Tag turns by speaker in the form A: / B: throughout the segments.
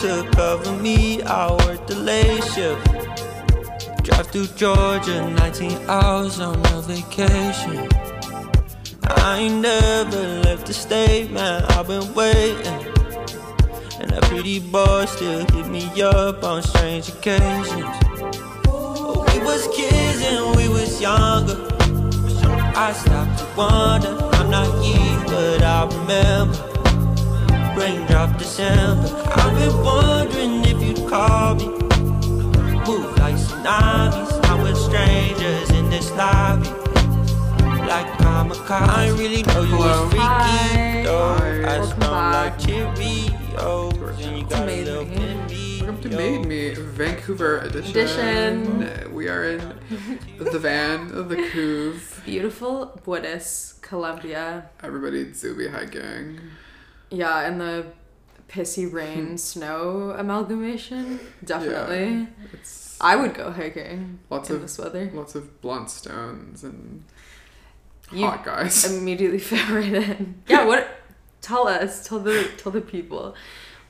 A: to cover me. I work the late shift. Drive through Georgia, 19 hours on a vacation. I ain't never left the state, man. I've been waiting. And that pretty boy still hit me up on strange occasions. We was kids and we was younger. I stopped to wonder. I'm not you, but I remember. Raindrop December. I've been wondering if you'd call me. Move like tsunamis. Now we're strangers in this lobby. Like kamikaze. I ain't really know you was freaky
B: Hi.
A: though. I
B: Welcome
A: smell like
B: back.
A: Cheerios. And you got a little
B: amazing.
A: bimbi.
C: Welcome to Made Me Vancouver edition.
B: Edition.
C: We are in the van of the couve.
B: Beautiful Buenos Colombia.
C: Everybody Zubi hiking.
B: Yeah, and the pissy rain snow amalgamation. Definitely.
C: It's
B: I would go hiking
C: lots
B: in
C: of
B: this weather.
C: lots of blunt stones and
B: You-
C: hot guys.
B: Immediately fit right in. Yeah, what tell us, tell the tell the people.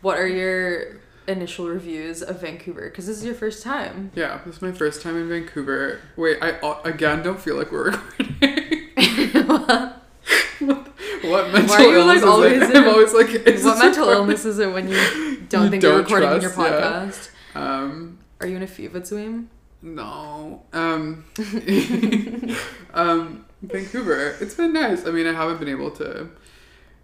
B: What are your initial reviews of Vancouver? Because this is your first time.
C: yeah, this is my first time in Vancouver. Wait, I uh, again don't feel like we're recording. what mental
B: are you,
C: illness
B: like, always
C: is it?
B: in-
C: I'm always like, is
B: what
C: this
B: mental
C: recording?
B: illness is it when you don't
C: You
B: think
C: don't
B: you're recording in your
C: trust, yeah.
B: podcast?
C: Um,
B: Are you in a fever dream?
C: No. Um, um, Vancouver. It's been nice. I mean, I haven't been able to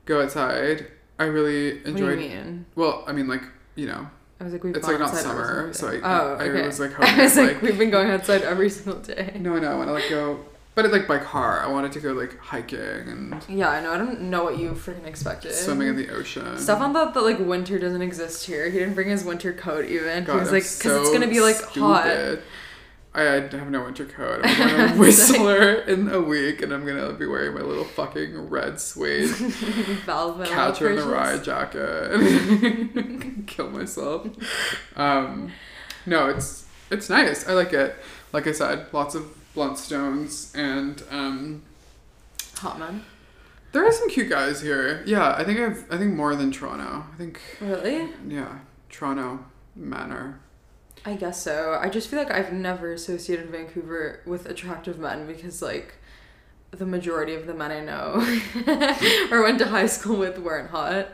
C: go outside. I really
B: What do you
C: enjoyed.
B: mean?
C: Well, I mean, like you know,
B: I was like, we've
C: It's,
B: gone
C: like, not
B: outside every
C: summer, so
B: single day.
C: I-
B: oh,
C: I
B: okay.
C: was, like,
B: I
C: hoping,
B: was like,
C: like-
B: we've been going outside every single day.
C: no, no. I want to like go, but it, like by car. I wanted to go like hiking and
B: Yeah, I know. I don't know what you freaking expected.
C: swimming in the ocean.
B: Stuff on that that like winter doesn't exist here. He didn't bring his winter coat even.
C: God,
B: he was
C: I'm
B: like, because it's
C: so
B: gonna be like hot.
C: stupid. I have no winter coat. I'm going to Whistler in a week, and I'm gonna be wearing my little fucking red suede
B: Valve
C: Catcher in the Rye jacket. Kill myself. Um, no, it's it's nice. I like it. Like I said, lots of blunt stones, and um,
B: Hot man.
C: there are some cute guys here. Yeah, I think I've I think more than Toronto. I think
B: Really?
C: yeah, Toronto manor.
B: I guess so. I just feel like I've never associated Vancouver with attractive men because like the majority of the men I know or went to high school with weren't hot.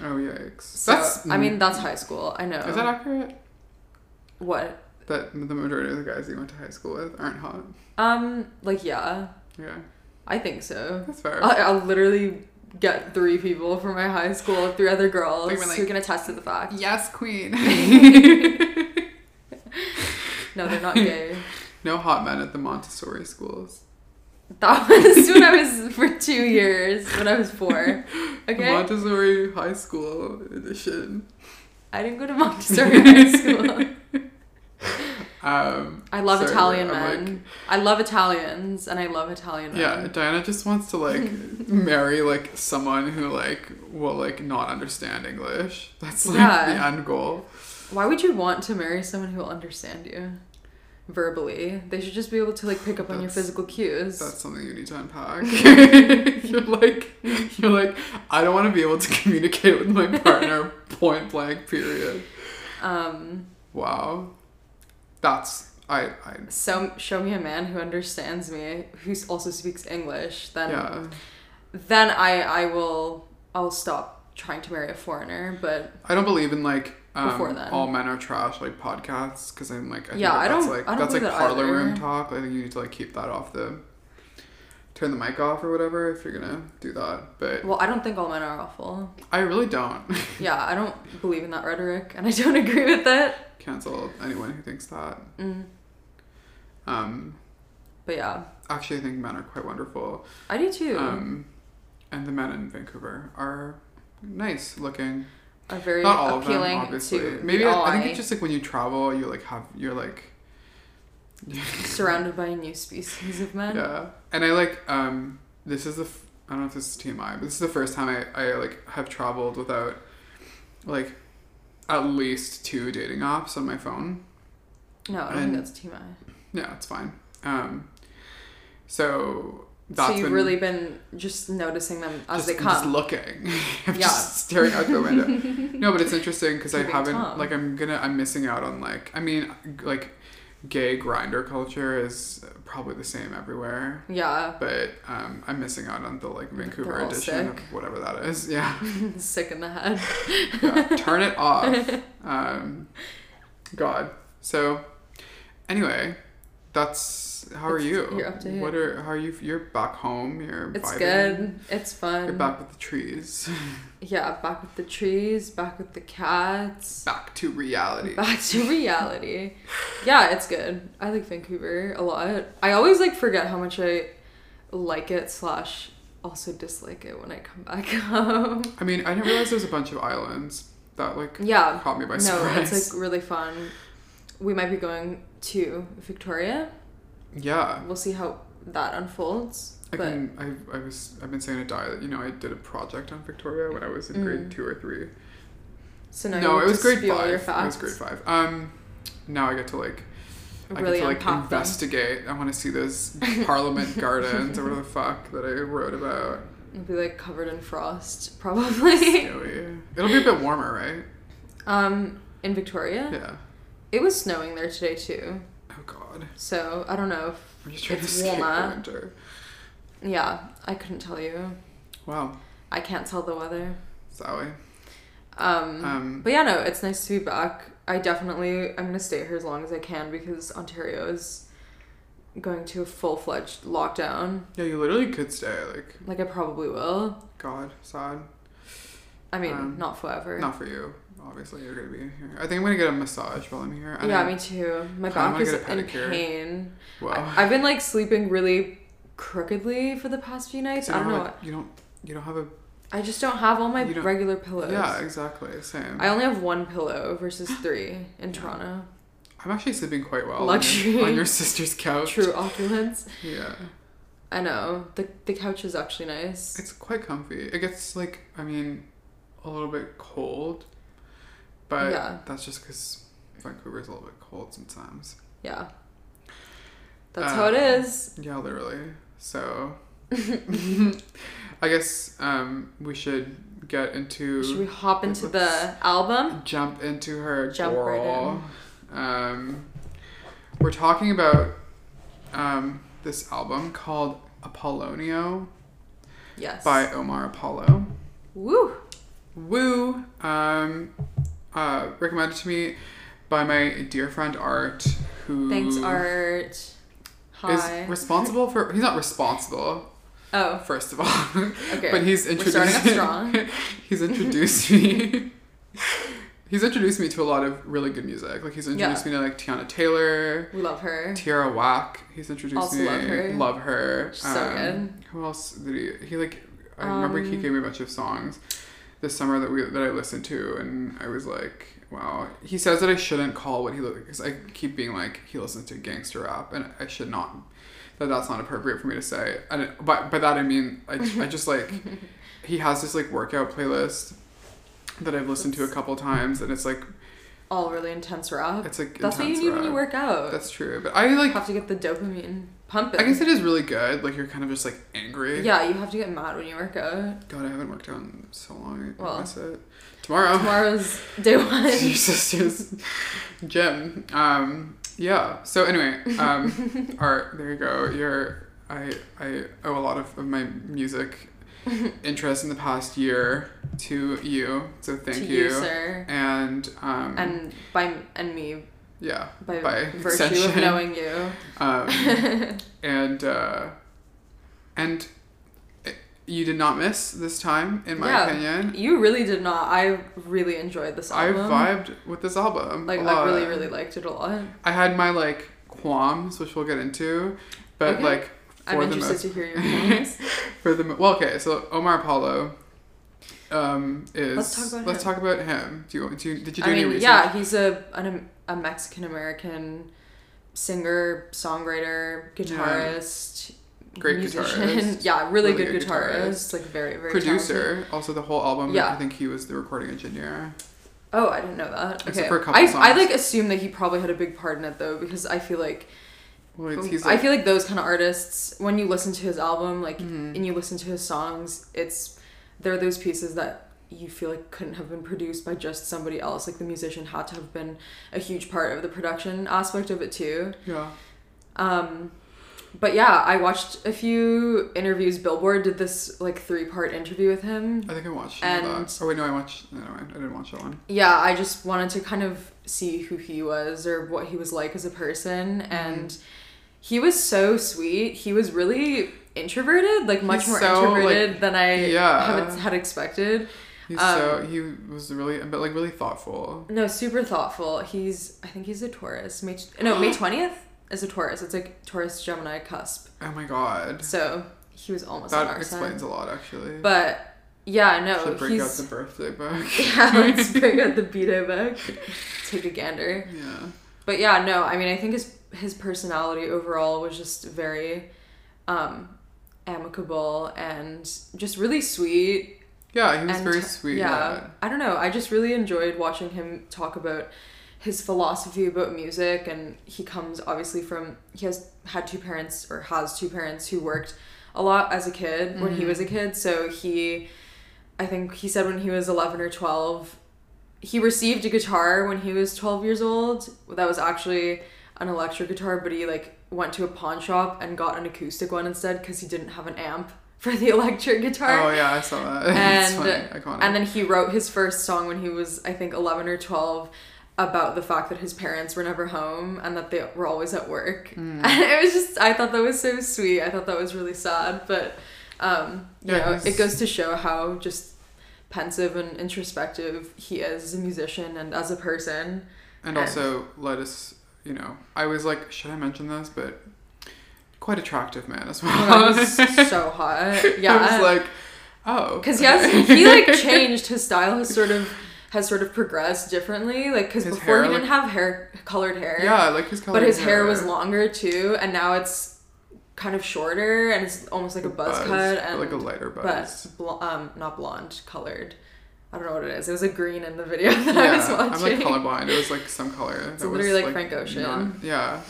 C: Oh yikes!
B: So
C: That's
B: I mean that's high school. I know.
C: is that accurate?
B: what?
C: That the majority of the guys you went to high school with aren't hot.
B: Um, like yeah,
C: Yeah,
B: I think so.
C: that's fair.
B: I, I'll literally get three people from my high school, three other girls
C: Like, we're like-
B: who can attest to the fact.
C: yes, queen.
B: No, they're not gay.
C: no hot men at the Montessori schools.
B: That was when I was for two years when I was four. Okay,
C: Montessori High School edition.
B: I didn't go to Montessori High School.
C: Um,
B: I love
C: Sorry,
B: Italian
C: I'm
B: men. I love Italians, and I love Italian men.
C: yeah, Diana just wants to like marry like someone who like will like not understand English. That's like the
B: Yeah.
C: end goal.
B: Why would you want to marry someone who will understand you verbally? They should just be able to like pick up on your
C: That's-
B: physical cues.
C: That's something you need to unpack. you're like you're like I don't want to be able to communicate with my partner point blank period.
B: Um,
C: Wow. That's I I
B: so show me a man who understands me, who s- also speaks English. Then,
C: yeah.
B: then I I will I'll stop trying to marry a foreigner. But
C: I don't believe in like
B: Before
C: um,
B: then.
C: all men are trash like podcasts because I'm like I
B: Yeah,
C: think
B: I
C: that's
B: don't-
C: like
B: I don't
C: that's like
B: believe that
C: parlor room
B: either.
C: talk. I think you need to like keep that off the turn the mic off or whatever if you're gonna do that. But
B: well, I don't think all men are awful.
C: I really don't
B: Yeah, I don't believe in that rhetoric, and I don't agree with that.
C: cancel anyone who thinks that.
B: Mm,
C: Um,
B: but yeah,
C: actually, I think men are quite wonderful.
B: I do too.
C: Um, and the men in Vancouver are nice looking.
B: are very
C: Not all of them,
B: appealing
C: obviously.
B: to eh?
C: Maybe
B: the
C: I, I think
B: eye,
C: it's just like when you travel, you like have you're like
B: surrounded by a new species of men.
C: Yeah, and I like um. This is the f- I don't know if this is TMI, but this is the first time I I like have traveled without like at least two dating apps on my phone.
B: No, I don't
C: And-
B: think that's TMI.
C: Yeah, it's fine. Um, so that's
B: so you've
C: been
B: really been just noticing them
C: just,
B: as they
C: Just
B: come.
C: looking, I'm
B: Yeah.
C: just staring out the window. no, but it's interesting because I
B: Keeping
C: haven't
B: Tom.
C: like I'm gonna I'm missing out on like I mean like gay grinder culture is probably the same everywhere.
B: yeah,
C: But um, I'm missing out on the like Vancouver
B: They're all
C: edition
B: sick.
C: of whatever that is. Yeah,
B: sick in the head.
C: yeah. turn it off. Um, God. So, anyway, that's how are
B: It's-
C: you?
B: you're up to
C: what
B: here.
C: are how are you? You're back home. You're
B: It's
C: vibing.
B: good. It's fun.
C: You're back with the trees.
B: Yeah, back with the trees, back with the cats,
C: back to reality.
B: back to reality. yeah, it's good. I like Vancouver a lot. I always like forget how much I like it slash also dislike it when I come back home.
C: I mean, I didn't realize there's a bunch of islands that like
B: Yeah.
C: caught me by
B: no,
C: surprise.
B: it's like really fun. We might be going to Victoria.
C: yeah,
B: We'll see how that unfolds.
C: I
B: But
C: can. I, I was. I've been saying to Di that you know I did a project on Victoria when I was in grade
B: Mm.
C: two or three.
B: so now
C: no,
B: you
C: it was grade
B: spew all
C: five.
B: your
C: It was
B: facts.
C: grade five. Um, now I get to like. I
B: Really
C: get to like
B: unpack them.
C: investigate. I want to see those Parliament gardens or whatever the fuck that I wrote about.
B: It'll be like covered in frost, probably.
C: Anyway, It'll be a bit warmer, right?
B: um, in Victoria.
C: Yeah.
B: It was snowing there today too,
C: Oh God.
B: so I don't know if
C: I'm just trying
B: It's
C: to escape the
B: warmer.
C: winter.
B: yeah, I couldn't tell you.
C: Wow,
B: I can't tell the weather.
C: Sally.
B: Um,
C: Um,
B: but yeah, no, it's nice to be back. I definitely I'm gonna stay here as long as I can because Ontario is going to a full fledged lockdown.
C: yeah, you literally could stay. Like,
B: Like I probably will.
C: God, sad.
B: I mean,
C: Um,
B: not forever.
C: Not for you. Obviously, you're gonna be here. I think I'm gonna get a massage while I'm here. And
B: yeah,
C: I,
B: me too.
C: kinda
B: My back
C: wanna
B: is
C: get a
B: in
C: pedicure.
B: pain.
C: Well,
B: I, have been like sleeping really crookedly for the past few nights.
C: so
B: I
C: you
B: don't know.
C: have a- you don't. You don't have a.
B: I just don't have all my
C: You don't-
B: regular pillows.
C: Yeah, exactly. Same.
B: I only have one pillow versus three in Toronto.
C: I'm actually sleeping quite well. on your- On
B: Luxury.
C: your, sister's couch.
B: True opulence.
C: Yeah,
B: I know. The the couch is actually nice.
C: it's quite comfy. It gets like, I mean, a little bit cold, but
B: Yeah.
C: that's just because Vancouver's a little bit cold sometimes.
B: Yeah. That's how it
C: Uh,
B: is.
C: Yeah, literally. So, I guess um, we should get into.
B: Should we hop into the
C: let's-
B: album?
C: jump into her
B: Jump right
C: girl. Um, we're talking about um, this album called Apollonio
B: Yes.
C: by Omar Apollo.
B: Woo.
C: Woo! Um, uh, recommended to me by my dear friend Art, who
B: Thanks, Art. Hi.
C: is responsible for. He's not responsible,
B: oh,
C: first of all,
B: okay.
C: but he's
B: We're starting off
C: introduced.
B: strong.
C: he's introduced me. he's introduced me to a lot of really good music. Like he's introduced me to like Tiana Taylor,
B: We love her.
C: Tierra Whack. He's introduced
B: Also
C: me.
B: love her.
C: Love her. Um,
B: She's so good.
C: Who else did he? He like I remember he
B: Um,
C: gave me a bunch of songs this summer that we that I listened to, and I was like. Wow, he says that I shouldn't call what he looks because I keep being like he listens to gangster rap, and I should not. That that's not appropriate for me to say. And it, by by that I mean I, I just like he has this like workout playlist that I've listened to a couple times, and it's like
B: All really intense rap.
C: it's like
B: That's what you
C: intense
B: need when you
C: rap.
B: work out.
C: That's true, but I like
B: you have to get the dopamine pumping.
C: I guess it is really good. Like you're kind of just like angry.
B: Yeah, you have to get mad when you work out.
C: God, I haven't worked out in so long. I
B: Well.
C: miss it. Tomorrow.
B: Tomorrow's day one.
C: Your sister's gym. Um, yeah. So anyway, um, art. There you go. You're. I I owe a lot of, of my music interest in the past year to you. So thank
B: to
C: you.
B: you, sir.
C: And um.
B: And by and me
C: yeah.
B: by,
C: By
B: virtue of
C: extension.
B: knowing you.
C: Um, and uh, and it- you did not miss this time, in my
B: Yeah.
C: opinion.
B: You really did not. I really enjoyed this
C: I
B: album.
C: vibed with this album.
B: Like
C: a
B: I
C: lot.
B: really really liked it a lot.
C: I had my like qualms, which we'll get into, but
B: Okay.
C: like for
B: I'm
C: the
B: interested
C: most,
B: to hear your comments.
C: for the mo- well, okay. So Omar Apollo, um, is
B: Let's talk about
C: let's
B: him.
C: talk about him. Do you do you, did you do
B: I
C: any
B: mean,
C: research?
B: yeah, he's a an, a Mexican American singer, songwriter, guitarist.
C: Great guitarist.
B: yeah, really,
C: Really
B: good,
C: good
B: guitarist.
C: guitarist.
B: Like very, very talented.
C: Producer, also the whole album.
B: Yeah.
C: I think he was the recording engineer.
B: Oh, I didn't know that.
C: Except
B: Okay.
C: for a couple
B: I,
C: songs.
B: I like assume that he probably had a big part in it though, because I feel like
C: Well, it's, he's
B: I
C: like,
B: feel like those kind of artists, when you listen to his album, like,
C: Mhm.
B: and you listen to his songs, it's there are those pieces that you feel like couldn't have been produced by just somebody else. Like the musician had to have been a huge part of the production aspect of it too.
C: yeah.
B: Um, but yeah, I watched a few interviews. Billboard did this like three part interview with him.
C: I think I watched some of
B: And-
C: that. Oh wait, no, I watched. No, I didn't watch that one.
B: Yeah, I just wanted to kind of see who he was or what he was like as a person.
C: Mm-hmm.
B: And he was so sweet. He was really introverted, like much
C: He's
B: more
C: so, like,
B: introverted than I
C: yeah.
B: haven't had expected.
C: He's
B: Um,
C: so he was really, but like really thoughtful.
B: No, super thoughtful. He's I think he's a Taurus. May no May twentieth is a Taurus. It's like Taurus Gemini cusp.
C: Oh my god,
B: So he was almost on
C: that
B: our side.
C: explains a lot actually.
B: But yeah,
C: Should
B: no,
C: break out
B: he's
C: the birthday book.
B: yeah. Let's bring out the Beto back. Take a gander.
C: yeah.
B: But yeah, no, I mean, I think his his personality overall was just very um, amicable and just really sweet.
C: Yeah, he was
B: and
C: very sweet.
B: Yeah,
C: Yeah.
B: I don't know. I just really enjoyed watching him talk about his philosophy about music, and he comes obviously from he has had two parents or has two parents who worked a lot as a kid when he was
C: Mm-hmm.
B: a kid. So he, I think he said when he was eleven or twelve, he received a guitar when he was 12 years old that was actually an electric guitar but he like went to a pawn shop and got an acoustic one instead because he didn't have an amp for the electric guitar
C: Oh yeah, I saw that. it's funny,
B: and
C: iconic.
B: and then he wrote his first song when he was I think 11 or 12 about the fact that his parents were never home and that they were always at work.
C: Hmm.
B: And it was just I thought that was so sweet. I thought that was really sad, but um you
C: Yeah,
B: know,
C: he's-
B: it goes to show how just pensive and introspective he is as a musician and as a person.
C: And also let us, you know, I was like, should I mention this? But quite attractive man as well.
B: Oh, that was so hot. Yeah.
C: I was like, oh,
B: Because he has he like changed his style has sort of has sort of progressed differently. Like because
C: His
B: before
C: hair
B: he didn't
C: looked-
B: have hair colored hair.
C: yeah, like his color.
B: But his hair was longer too, and now it's kind of shorter and it's almost like a buzz, cut and
C: like a lighter buzz.
B: but bl- um not blonde colored. I don't know what it is. It was a green in the video that I was
C: yeah, I'm
B: watching.
C: like colorblind. It was like some color. It's
B: literally like Frank Ocean.
C: yeah.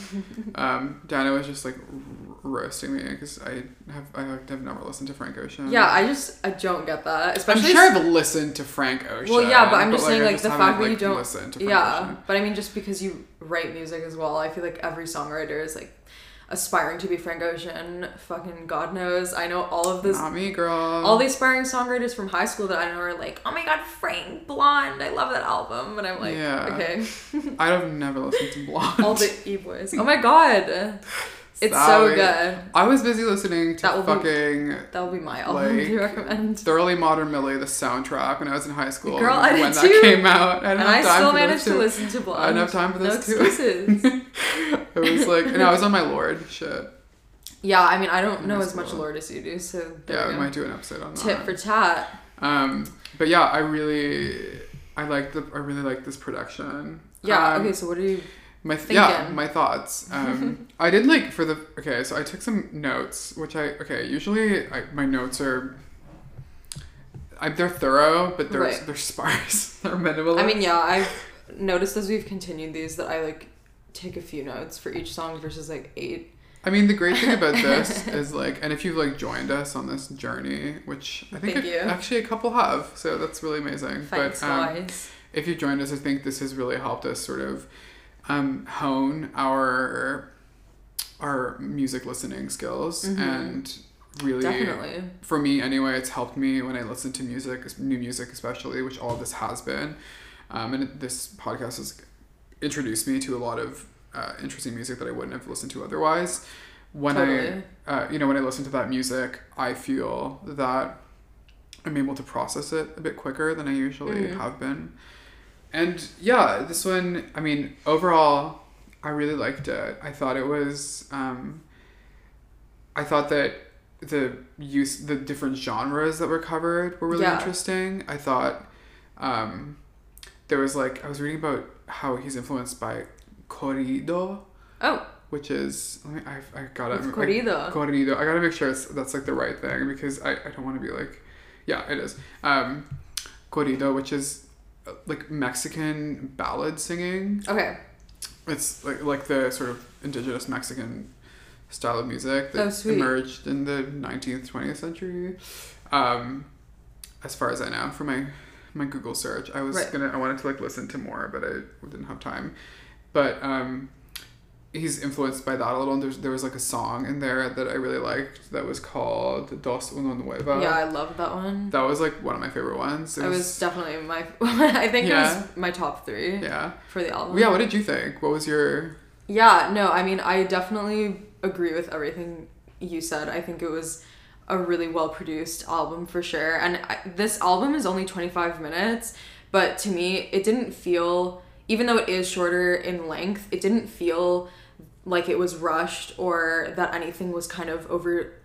C: Um, Dana was just like r- roasting me because I have I like, have never listened to Frank Ocean.
B: yeah, I just I don't get that.
C: I'm
B: Especially
C: sure I've listened to Frank Ocean.
B: well, yeah, but I'm just saying
C: I
B: like the
C: haven't,
B: fact that you
C: like,
B: don't
C: listened to Frank
B: yeah,
C: Ocean.
B: but I mean just because you write music as well, I feel like every songwriter is like aspiring to be Frank Ocean. Fucking God knows, I know all of this
C: Not me, girl.
B: all the aspiring songwriters from high school that I know are like, oh my god, Frank Blonde, I love that album, and I'm like,
C: Yeah.
B: okay,
C: I have never listened to Blonde.
B: all the E boys. Oh my god, it's so
C: Sorry.
B: good.
C: I was busy listening to
B: That will be-
C: fucking
B: That will be my album
C: Like,
B: to recommend.
C: Thoroughly Modern Millie, the soundtrack, when I was in high school.
B: Girl,
C: when
B: I did
C: that
B: too.
C: came out, I didn't
B: And
C: have
B: I
C: time
B: still
C: for those
B: managed to
C: two.
B: listen to Blonde.
C: I didn't have time for
B: No
C: those two.
B: excuses.
C: It was like, and I was on my Lord shit.
B: yeah, I mean, I don't
C: In
B: know
C: high
B: as much
C: school.
B: Lord as you do, so there
C: Yeah, we
B: you
C: might
B: go.
C: do an episode on that.
B: Tip for tat.
C: um, but yeah, I really, I like the, I really like this production.
B: Yeah.
C: Um,
B: okay, so what do you?
C: My th- yeah,
B: Thinking.
C: my thoughts. Um, I did like for the okay, so I took some notes, which I okay. Usually, I, my notes are, I, they're thorough, but they're
B: Right.
C: they're sparse. they're minimal.
B: I mean, yeah, I've noticed as we've continued these that I like take a few notes for each song versus like eight.
C: I mean, the great thing about this is like, and if you've like joined us on this journey, which I think
B: Thank
C: a-
B: you.
C: actually a couple have, so that's really amazing.
B: Thanks,
C: but um,
B: guys.
C: if you joined us, I think this has really helped us sort of um, hone our our music listening skills
B: Mhm.
C: and really
B: Definitely.
C: for me anyway it's helped me when i listen to music new music especially which all of this has been um, and this podcast has introduced me to a lot of uh, interesting music that i wouldn't have listened to otherwise when
B: Totally.
C: i uh, you know when i listen to that music i feel that i'm able to process it a bit quicker than i usually
B: Mhm.
C: have been and yeah this one i mean overall i really liked it i thought it was um, i thought that the use the different genres that were covered were really
B: Yeah.
C: interesting. I thought um, there was like I was reading about how he's influenced by corrido,
B: Oh,
C: which is let me, I I gotta
B: it's
C: I-
B: corrido.
C: corrido. I gotta make sure it's, that's like the right thing because I I don't want to be like yeah it is um, corrido, which is uh, like Mexican ballad singing.
B: okay.
C: It's like like the sort of indigenous Mexican style of music that
B: Oh, sweet.
C: emerged in the 19th 20th century. Um, as far as I know, for my my Google search, I was
B: Right.
C: gonna I wanted to like listen to more, but I didn't have time. But um, he's influenced by that a little. And there's, there was like a song in there that I really liked that was called Dos Uno Nueva.
B: yeah, I loved that one.
C: Uh, That was like one of my favorite ones. It
B: I was definitely my. I think it
C: Yeah.
B: was my top three
C: yeah.
B: for the album.
C: Yeah, what did you think? What was your
B: Yeah, no, I mean, I definitely agree with everything you said. I think it was a really well produced album for sure. And I, this album is only 25 minutes, but to me, it didn't feel, even though it is shorter in length, it didn't feel like it was rushed or that anything was kind of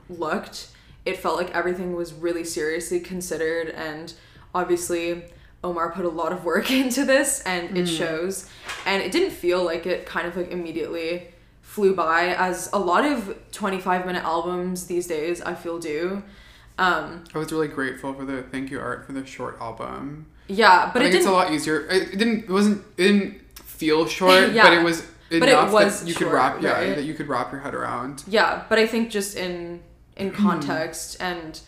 B: overlooked. It felt like everything was really seriously considered, and obviously, Omar put a lot of work into this, and it
C: Mm.
B: shows. And it didn't feel like it kind of like immediately flew by, as a lot of 25 minute albums these days I feel do. Um,
C: I was really grateful for the thank you art for the short album.
B: yeah, but
C: I
B: it
C: think it's
B: didn't.
C: a lot easier. It it didn't it wasn't it didn't feel short,
B: Yeah.
C: but it was
B: it
C: enough
B: was
C: that you
B: short,
C: could wrap yeah,
B: right?
C: that you could wrap your head around.
B: yeah but i think just in in context and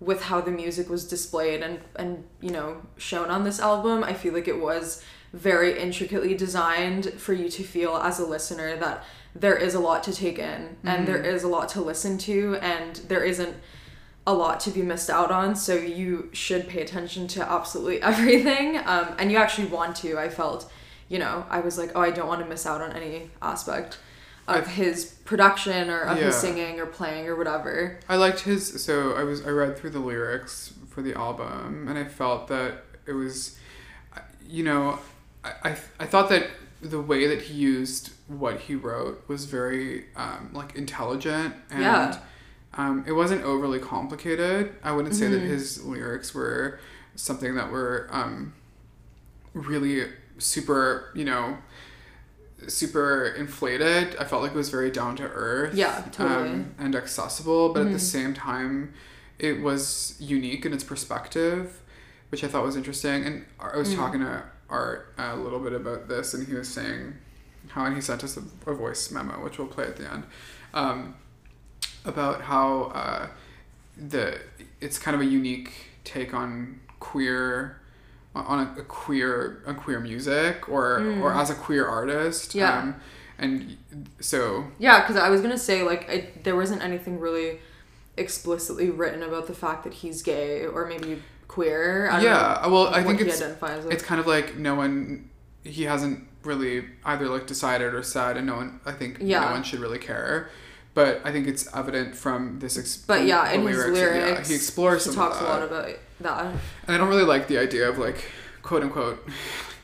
B: with how the music was displayed and and you know shown on this album i feel like it was very intricately designed for you to feel as a listener that there is a lot to take in and there is a lot to listen to and there isn't a lot to be missed out on so you should pay attention to absolutely everything um, and you actually want to i felt you know i was like oh i don't want to miss out on any aspect of his production or of his
C: Yeah.
B: singing or playing or whatever
C: I liked his so I was I read through the lyrics for the album and I felt that it was you know I, I, I thought that the way that he used what he wrote was very um, like intelligent and
B: Yeah.
C: um, it wasn't overly complicated I wouldn't say that his lyrics were something that were um, really super you know super inflated I felt like it was very down to earth um,
B: Yeah, totally. Mm-hmm.
C: and accessible, but at the same time, it was unique in its perspective, which I thought was interesting. And I
B: Mm.
C: was talking to Art a little bit about this, and he was saying how, and he sent us a, a voice memo, which we'll play at the end, um, about how uh, the it's kind of a unique take on queer on a, a queer on queer music or or as a queer artist
B: Hmm. Yeah.
C: um, and so
B: yeah because i was gonna say like I, there wasn't anything really explicitly written about the fact that he's gay or maybe queer I don't know
C: yeah well i
B: what
C: think
B: he
C: it's
B: identifies with
C: it's kind of like no one he hasn't really either like decided or said and no one i think
B: Yeah.
C: no one should really care but i think it's evident from this ex-
B: but yeah
C: from
B: in
C: the
B: his lyrics,
C: lyrics, yeah, he explores
B: he
C: some
B: talks
C: of that.
B: a lot about that
C: and i don't really like the idea of like quote unquote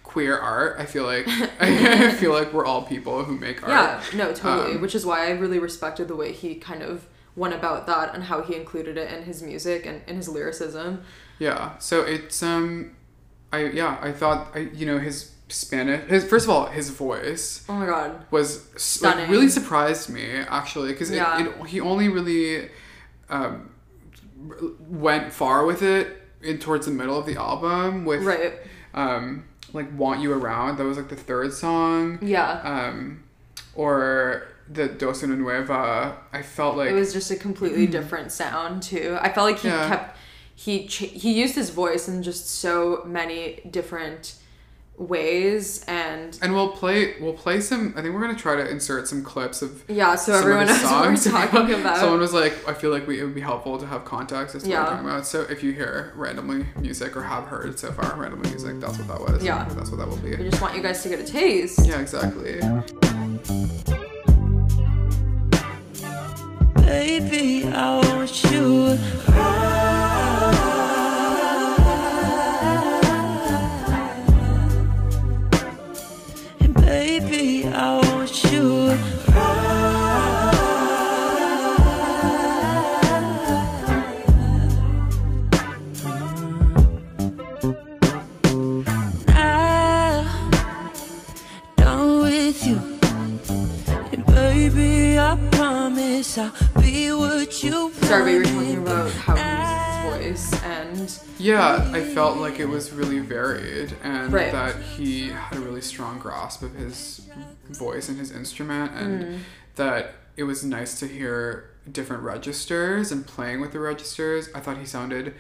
C: queer art i feel like i feel like we're all people who make art
B: yeah no totally
C: Um,
B: which is why i really respected the way he kind of went about that and how he included it in his music and in his lyricism
C: Yeah. So it's um, I yeah I thought I you know his Spanish his first of all his voice
B: oh my god
C: was s- like,
B: Stunning.
C: really surprised me actually because
B: Yeah.
C: it, it he only really um r- went far with it in towards the middle of the album with
B: right
C: um like want you around that was like the third song
B: yeah
C: um or the Dos Una Nueva I felt like
B: it was just a completely different sound too i felt like he
C: Yeah.
B: kept he ch- he used his voice in just so many different ways and
C: and we'll play we'll play some I think we're gonna try to insert some clips of
B: yeah so
C: some of
B: everyone
C: the
B: knows what we're
C: songs.
B: talking about
C: Someone was like, I feel like we, it would be helpful to have context as to
B: Yeah.
C: what we're talking about. So if you hear randomly music or have heard so far randomly music, that's what that was.
B: Yeah.
C: That's what that will
B: we
C: be.
B: just want you guys to get a taste
C: Yeah, exactly.
A: Baby, I want you And baby, I want you Now, done with you. And baby, I promise I'll be what you
B: Sorry, we
A: wanted.
B: were talking about how he uses his voice and and
C: Yeah, I felt like it was really varied and
B: Right.
C: that he had a really strong grasp of his voice and his instrument and
B: Mm.
C: that it was nice to hear different registers and playing with the registers. I thought he sounded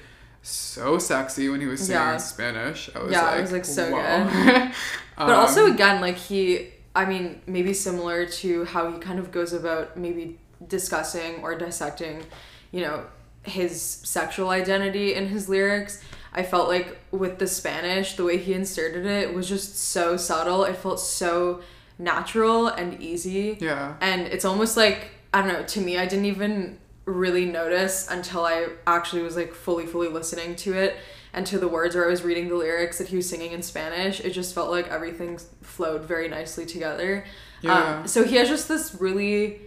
C: so sexy when he was singing
B: Yeah.
C: in Spanish. I was
B: Yeah, it
C: like,
B: was, like, so
C: "Whoa."
B: But also
C: Um,
B: again, like he, I mean, maybe similar to how he kind of goes about maybe discussing or dissecting, you know, his sexual identity in his lyrics. I felt like with the Spanish, the way he inserted it was just so subtle. It felt so natural and easy.
C: yeah.
B: And it's almost like, I don't know, to me, I didn't even really notice until I actually was like fully, fully listening to it and to the words or I was reading the lyrics that he was singing in Spanish. It just felt like everything flowed very nicely together.
C: Yeah.
B: Um, so he has just this really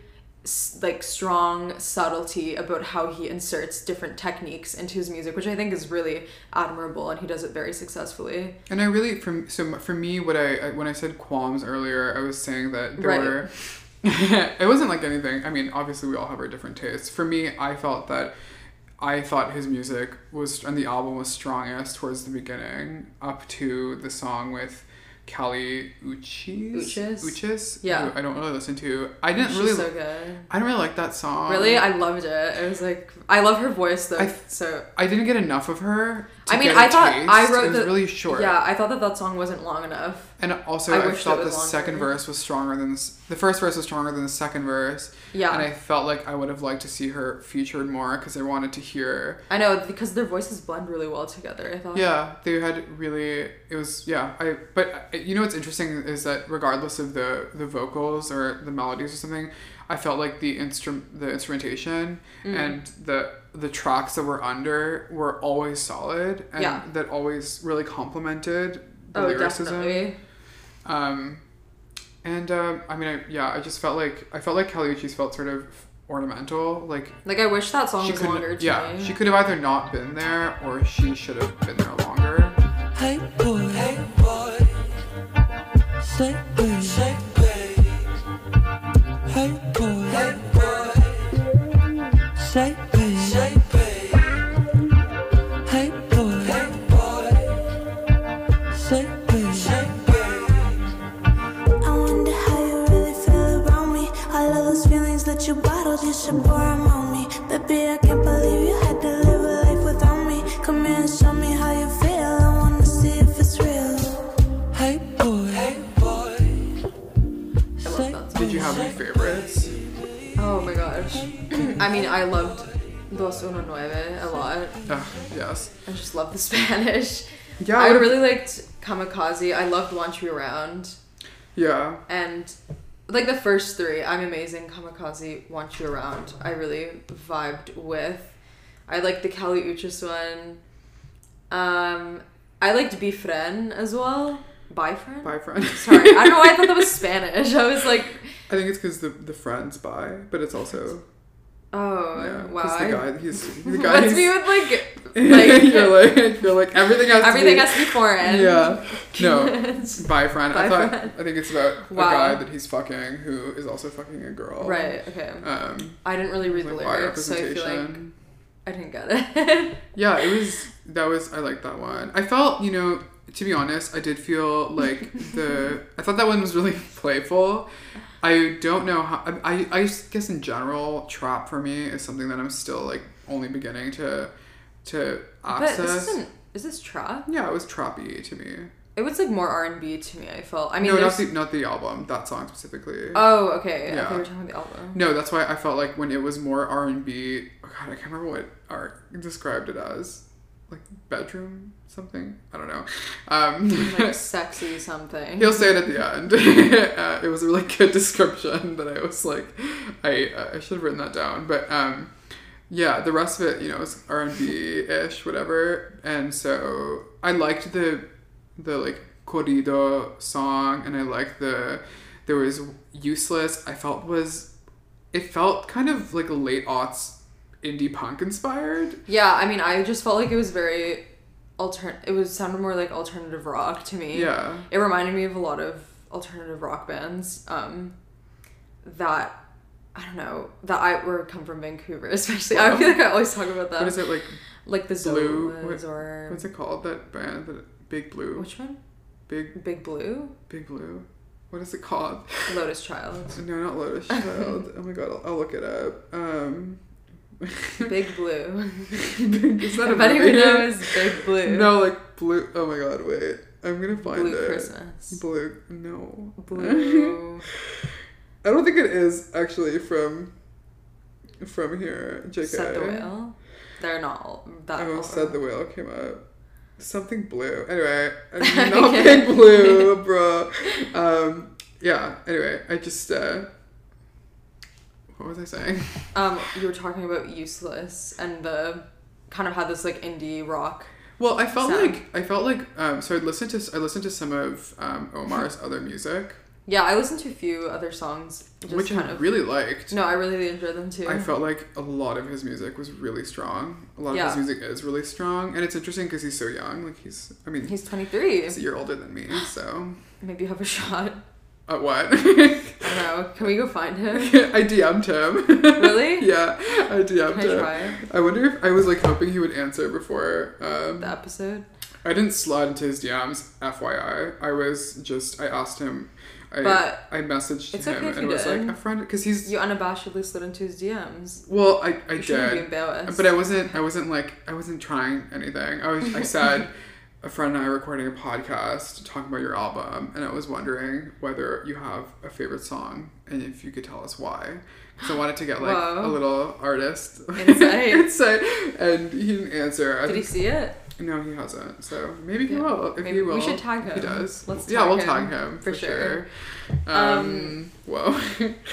B: s- like strong subtlety about how he inserts different techniques into his music which i think is really admirable and he does it very successfully
C: And I really, from so for me, what I I- when I said qualms earlier, I was saying that there
B: Right.
C: were. it wasn't like anything. I mean, obviously, we all have our different tastes. For me, I felt that I thought his music was and the album was strongest towards the beginning, up to the song with Cali Uchis.
B: Uchis?
C: Uchis.
B: Yeah.
C: who I don't really listen to. I didn't
B: she's
C: really.
B: so good
C: I didn't really like that song.
B: really i loved it it was like i love her voice though
C: I th-
B: so
C: I didn't get enough of her. to
B: I mean,
C: get a
B: I thought I
C: taste.
B: wrote
C: it was
B: the-
C: really short.
B: Yeah, I thought that that song wasn't long enough.
C: And also,
B: I
C: I,
B: wish that
C: felt the
B: was longer.
C: second verse was stronger than the, s- the first verse was stronger than the second verse.
B: Yeah,
C: And I felt like I would have liked to see her featured more because I wanted to hear.
B: I, know because their voices blend really well together. I thought.
C: Yeah, they had really. It was yeah. I but uh, you know what's interesting is that regardless of the the vocals or the melodies or something, I felt like the instrument the instrumentation
B: Mm.
C: and the the tracks that were under were always solid and
B: Yeah.
C: that always really complemented the
B: Oh,
C: lyricism.
B: definitely.
C: Um, and um, I mean, I, yeah, I just felt like I felt like Caliucci's felt sort of ornamental. Like
B: Like I wish that song
C: she
B: was
C: could,
B: longer.
C: not
B: To
C: yeah,
B: me.
C: she could have either not been there or she should have been there longer.
A: Hey boy, hey boy, say baby, say baby. Hey boy, hey boy, say baby, say baby. Hey boy, hey boy, say baby, say baby.
D: I wonder how you really feel about me. All of those feelings that you bottled, you should pour 'em on me. Baby, I can't believe you had to live a life without me. Come here and show me how you feel. I wanna see if it's real.
A: Hey boy, hey boy, say
B: that song.
A: baby.
C: Did you have any favorites?
B: Oh my gosh. I mean, I loved Dos Uno Nueve a lot.
C: Ugh, yes.
B: I just love the Spanish.
C: Yeah,
B: I
C: would've-
B: really liked Kamikaze. I loved Launch You Around
C: Yeah,
B: and like the first three. I'm amazing. Kamikaze, Want You Around. I really vibed with. I liked the Kali Uchis one. Um, I liked Bifren as well. Bifren.
C: bye friend.
B: Sorry, I don't know why I thought that was Spanish. I was like,
C: I think it's because the the friend's bye, but it's also
B: oh
C: yeah, 'cause
B: wow.
C: the
B: I-
C: guy he's the guy.
B: What's
C: he's-
B: me with like like
C: you're like you're like everything has
B: everything
C: to be,
B: has to be foreign.
C: Yeah. No. Bye friend. I
B: Bye
C: thought
B: friend.
C: I think it's about
B: Wow.
C: a guy that he's fucking who is also fucking a girl.
B: Right. Okay.
C: Um,
B: I didn't really read
C: like
B: the
C: why
B: lyrics, so I feel like
C: representation.
B: I didn't get it.
C: Yeah, it was that was I liked that one. I felt you know to be honest, I did feel like the I thought that one was really playful. I don't know how I I, I just guess in general trap for me is something that I'm still like only beginning to to
B: but
C: access.
B: this isn't. Is this trap?
C: yeah, it was trappy to me.
B: It was like more R and B to me. I felt. I mean,
C: no, not
B: there's.
C: the, not the album, that song specifically.
B: oh, okay. I
C: Yeah.
B: thought we were talking about the album.
C: No, that's why I felt like when it was more R and B. Oh God, I can't remember what art described it as, like bedroom something. I don't know. Um,
B: Like sexy something.
C: he'll say it at the end. uh, it was a really good description that I was like, I I should have written that down. But um, yeah, the rest of it, you know, is R and B ish, whatever. And so I liked the the like corrido song, and I liked the there was useless. I felt was it felt kind of like late aughts indie punk inspired.
B: Yeah. I mean, I just felt like it was very altern. It was sounded more like alternative rock to me.
C: Yeah,
B: it reminded me of a lot of alternative rock bands um, that I don't know that I were come from Vancouver especially. I feel like I always talk about
C: what
B: that.
C: is it like?
B: like the
C: Blue,
B: Zoas or
C: What's it called? That band, that Big Blue,
B: which one?
C: Big
B: Big Blue,
C: Big Blue. What is it called?
B: Lotus Child,
C: No, not Lotus Child. oh my god, I'll, I'll look it up. Um,
B: Big Blue.
C: is that a
B: if anyone
C: movie?
B: knows Big Blue,
C: No, like blue. Oh my god, wait. I'm gonna find
B: Blue
C: it.
B: Christmas,
C: Blue. No.
B: Blue.
C: I don't think it is actually from. From here, JK.
B: Set the whale. They're not all that.
C: I almost
B: old.
C: said the whale came up. Something blue. Anyway, I'm not
B: Okay.
C: big blue, bro. Um, yeah. Anyway, I just. Uh, what was I saying?
B: Um, you were talking about useless and the kind of had this like indie rock.
C: Well, I felt
B: Sound.
C: like I felt like um, so I listened to I listened to some of um, Omar's other music,
B: Yeah, I listened to a few other songs, just
C: which
B: kind
C: I
B: of.
C: really liked.
B: no, I really enjoyed them too.
C: I felt like a lot of his music was really strong. A lot
B: Yeah.
C: of his music is really strong, and it's interesting because he's so young. Like he's, I mean,
B: He's 23.
C: he's a year older than me. So
B: Maybe you have a shot.
C: at what?
B: I don't know. Can we go find him?
C: I DM'd him.
B: Really?
C: yeah, I DM'd
B: Can I
C: him.
B: try
C: I wonder if I was like hoping he would answer before. Um,
B: the episode?
C: I didn't slide into his DMs, FYI. I was just I asked him. I,
B: But
C: I messaged
B: it's
C: him
B: okay if
C: and
B: you
C: was
B: did.
C: like a friend because he's
B: You unabashedly slid into his DMs.
C: well I I
B: You shouldn't be
C: did
B: embarrassed.
C: but I wasn't I wasn't like I wasn't trying anything. I was I said a friend and I are recording a podcast talking about your album and I was wondering whether you have a favorite song and if you could tell us why. So I wanted to get like
B: Whoa.
C: a little artist
B: Insight.
C: insight. and he didn't answer. I
B: Did he
C: think-
B: see it?
C: No, he hasn't. So maybe he
B: Yeah.
C: will. If
B: Maybe
C: he will,
B: we should tag
C: If
B: him.
C: he does.
B: Let's
C: yeah,
B: tag
C: we'll
B: him,
C: tag him for
B: for sure.
C: sure. Um, whoa.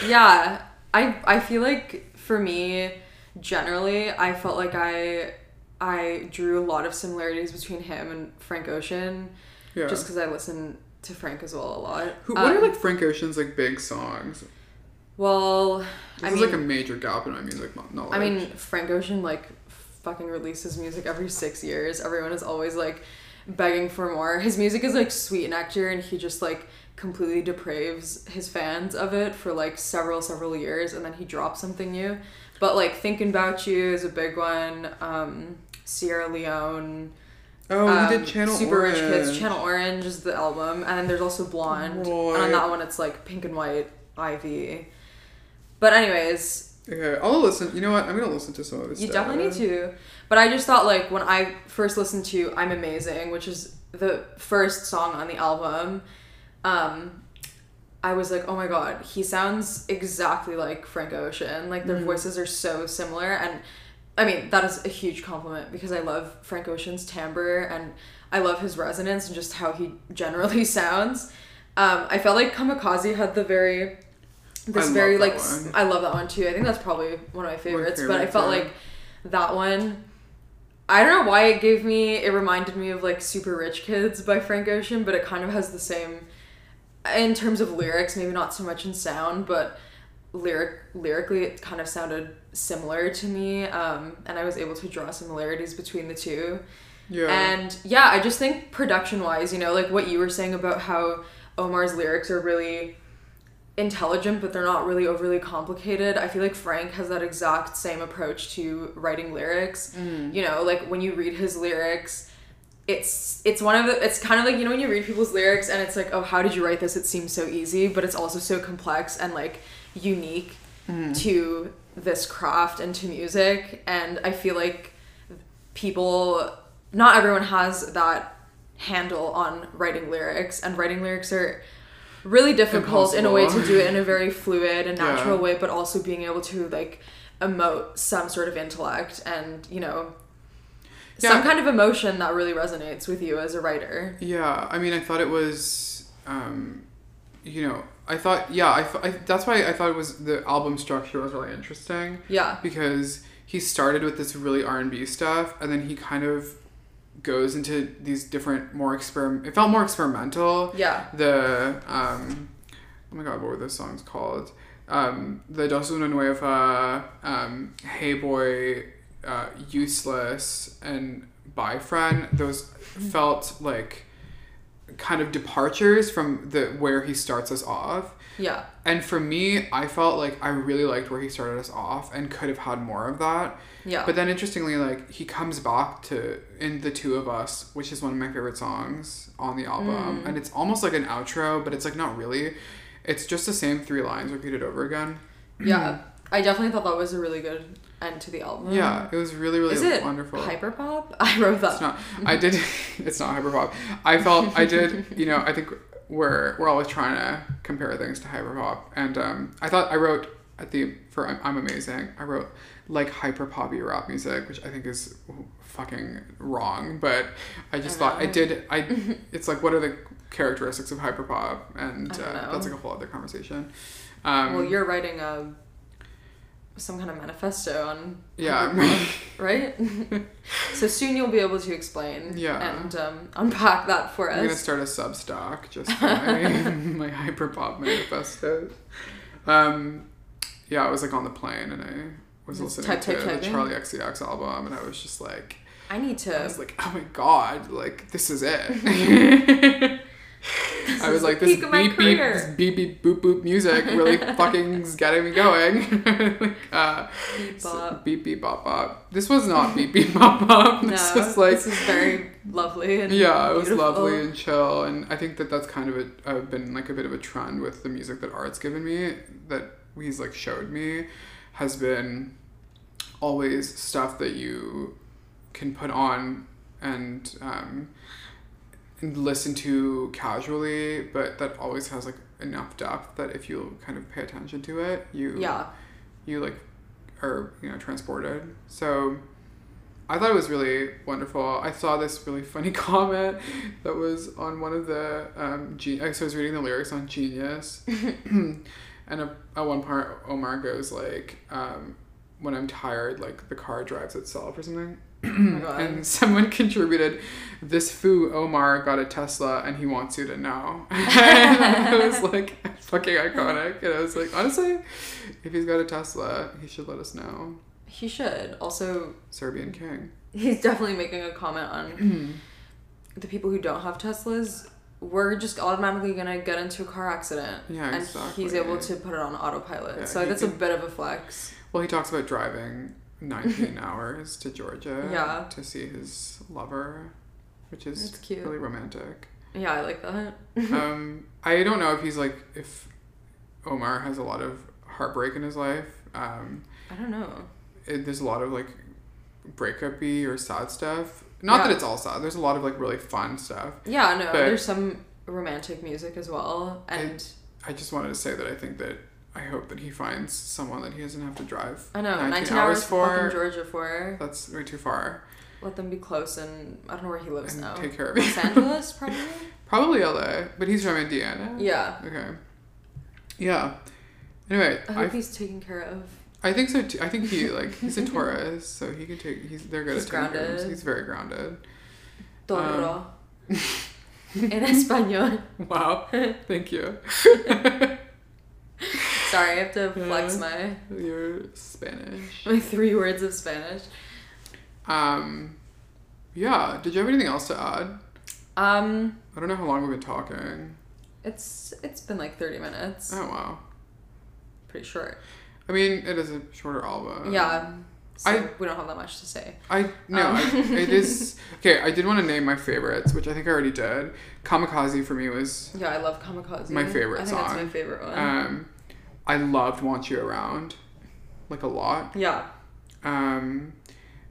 B: Yeah. I I feel like for me, generally, I felt like I I drew a lot of similarities between him and Frank Ocean,
C: yeah.
B: just because I listen to Frank as well a lot.
C: Who, what are
B: Um,
C: like Frank Ocean's like big songs?
B: Well,
C: This
B: I
C: is
B: mean,
C: like a major gap in my music mo- knowledge.
B: I mean, Frank Ocean like fucking releases music every six years. Everyone is always like begging for more. His music is like sweet and actor, and he just like completely depraves his fans of it for like several several years, and then he drops something new. But like thinking about you is a big one. Um, Sierra Leone.
C: oh,
B: um,
C: he did Channel
B: Super
C: Orange.
B: Rich Kids. Channel Orange is the album, and then there's also Blonde. And on
C: Right.
B: that one, it's like Pink and White, Ivy. But anyways,
C: Okay, I'll listen. You know what? I'm gonna listen to some of his.
B: you
C: stuff.
B: definitely need to. But I just thought like when I first listened to I'm Amazing, which is the first song on the album, um, I was like, oh my god, he sounds exactly like Frank Ocean. Like
C: Mm-hmm.
B: their voices are so similar and I mean, that is a huge compliment because I love Frank Ocean's timbre and I love his resonance and just how he generally sounds. Um, I felt like Kamikaze had the very
C: I
B: this
C: love
B: very
C: that
B: like s-
C: one.
B: I love that one too. I think that's probably one of my favorites, but I
C: favorites,
B: felt
C: yeah.
B: like that one I don't know why it gave me it reminded me of like Super Rich Kids by Frank Ocean, but it kind of has the same in terms of lyrics, maybe not so much in sound, but lyric lyrically it kind of sounded similar to me um, and I was able to draw similarities between the two.
C: Yeah.
B: And yeah, I just think production wise, you know, like what you were saying about how Omar's lyrics are really intelligent, but they're not really overly complicated. I feel like Frank has that exact same approach to writing lyrics. You know, like when you read his lyrics, it's it's one of the it's kind of like you know when you read people's lyrics and it's like oh how did you write this it seems so easy but it's also so complex and like unique
C: Mm.
B: to this craft and to music and I feel like people not everyone has that handle on writing lyrics and writing lyrics are really difficult in a way to
C: Impossible.
B: do it in a very fluid and
C: Yeah.
B: natural way but also being able to like emote some sort of intellect and you know some
C: Yeah.
B: kind of emotion that really resonates with you as a writer
C: Yeah, I mean, I thought it was, um, you know, I thought, yeah, I, th- I that's why I thought it was the album structure was really interesting
B: yeah
C: because he started with this really R and B stuff, and then he kind of goes into these different more experiment. It felt more experimental.
B: yeah
C: The um, oh my god, what were those songs called? Um, the Dos Una Nueva, um, Hey Boy, uh,
B: Mm-hmm.
C: Useless, and Bye Friend. Those felt like kind of departures from the where he starts us off.
B: Yeah.
C: And for me, I felt like I really liked where he started us off and could have had more of that.
B: Yeah.
C: But then interestingly, like he comes back to in the two of us, which is one of my favorite songs on the
B: Mm.
C: album, and it's almost like an outro, but it's like not really. It's just the same three lines repeated over again.
B: yeah. I definitely thought that was a really good end to the album.
C: Mm-hmm. Yeah, it was really really
B: Mm. Is it
C: wonderful.
B: hyperpop? I wrote that.
C: It's not. I did. It's not hyperpop. I felt. I did. You know. I think we're we're always trying to compare things to hyperpop, and um, I thought I wrote at the for I'm, I'm amazing. I wrote like hyperpoppy rap music, which I think is fucking wrong. But I just
B: I
C: thought I
B: know.
C: did. I. It's like what are the characteristics of hyperpop, and
B: I don't
C: uh,
B: know.
C: that's like a whole other conversation. Um,
B: well, you're writing a some kind of manifesto on
C: yeah.
B: right? so soon you'll be able to explain
C: Yeah.
B: and um, unpack that for
C: I'm gonna
B: us.
C: start a Substack just for my, my hyperpop manifestos. Um, yeah, I was like on the plane and I was
B: Just
C: listening
B: type,
C: to
B: type,
C: the
B: type in.
C: Charlie XCX album and I was just like,
B: I need
C: I
B: to.
C: was like, oh my god, like this is it. I
B: is
C: was
B: the
C: like, this
B: peak of my
C: beep beep,
B: career.
C: this beep beep boop boop music really fucking is getting me going. Like, uh,
B: Beep
C: so-
B: bop.
C: beep beep bop bop. This was not beep beep bop bop.
B: No,
C: This was like
B: this is very lovely and
C: yeah it was
B: beautiful.
C: lovely and chill and i think that that's kind of a, uh, been like a bit of a trend with the music that art's given me that he's like showed me has been always stuff that you can put on and um and listen to casually but that always has like enough depth that if you kind of pay attention to it you
B: Yeah,
C: you like are you know transported so i thought it was really wonderful i saw this really funny comment that was on one of the um Gen- i so I was reading the lyrics on genius and a, at one part omar goes like um when i'm tired like the car drives itself or something
B: Oh my God.
C: Hmm, and someone contributed this foo omar got a tesla and he wants you to know and it was like fucking iconic and i was like honestly if he's got a tesla he should let us know
B: he should. Also,
C: serbian king
B: he's definitely making a comment on
C: Mm-hmm.
B: the people who don't have Teslas. We're just automatically gonna get into a car accident.
C: Yeah,
B: and
C: exactly.
B: he's able to put it on autopilot.
C: Yeah,
B: so
C: he
B: that's a
C: can-
B: bit of a flex.
C: well he talks about driving 19 hours to georgia
B: Yeah.
C: to see his lover which is
B: That's cute.
C: really romantic
B: Yeah, I like that.
C: um, I don't know if he's like if Omar has a lot of heartbreak in his life. Um,
B: I don't know.
C: it, there's a lot of like breakup-y or sad stuff. Not that
B: Yeah.
C: it's all sad. There's a lot of like really fun stuff.
B: Yeah, no,
C: But-
B: there's some romantic music as well, and
C: I just wanted to say that I think that I hope that he finds someone that he doesn't have to drive
B: I know 19, hours, for Georgia for.
C: That's way too far.
B: Let them be close, and I don't know where he lives
C: And
B: now.
C: take care of
B: Los
C: it.
B: Angeles, probably.
C: Probably LA, but he's from Indiana.
B: yeah,
C: Okay. Yeah. Anyway,
B: I hope he's taken care of.
C: I think so too. I think he like he's a Taurus, so he can take. He's they're good
B: He's
C: at taking care of
B: grounded.
C: himself. He's very grounded.
B: Toro.
C: Um,
B: In español.
C: Wow, thank you.
B: Sorry, I have to flex
C: Yeah.
B: my
C: You're Spanish.
B: my three words of Spanish.
C: Um, yeah. Did you have anything else to add?
B: Um,
C: I don't know how long we've been talking.
B: it's it's been like thirty minutes.
C: Oh wow.
B: Pretty short.
C: I mean, it is a shorter album.
B: yeah. um, So
C: I-
B: we don't have that much to say.
C: I no,
B: Um.
C: I, it is okay. I did want to name my favorites, which I think I already did. Kamikaze for me was
B: Yeah, I love Kamikaze.
C: My favorite
B: I think that's
C: song.
B: my favorite one.
C: um, I loved Want You Around, like a lot.
B: yeah.
C: um,